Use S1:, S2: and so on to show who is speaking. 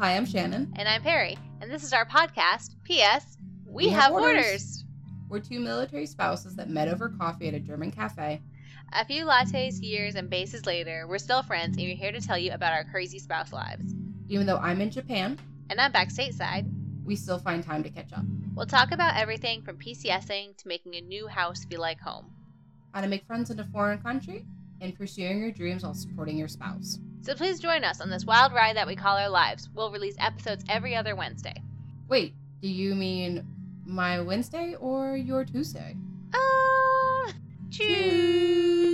S1: Hi, I'm Shannon.
S2: And I'm Perry. And this is our podcast, P.S. We,
S1: We
S2: have,
S1: have
S2: orders.
S1: orders. We're two military spouses that met over coffee at a German cafe.
S2: A few lattes, years, and bases later, we're still friends and we're here to tell you about our crazy spouse lives.
S1: Even though I'm in Japan,
S2: And I'm back stateside.
S1: we still find time to catch up.
S2: We'll talk about everything from PCSing to making a new house feel like home.
S1: How to make friends in a foreign country and pursuing your dreams while supporting your spouse.
S2: So please join us on this wild ride that we call our lives. We'll release episodes every other Wednesday.
S1: Wait, do you mean my Wednesday or your Tuesday?
S2: Ah, choose.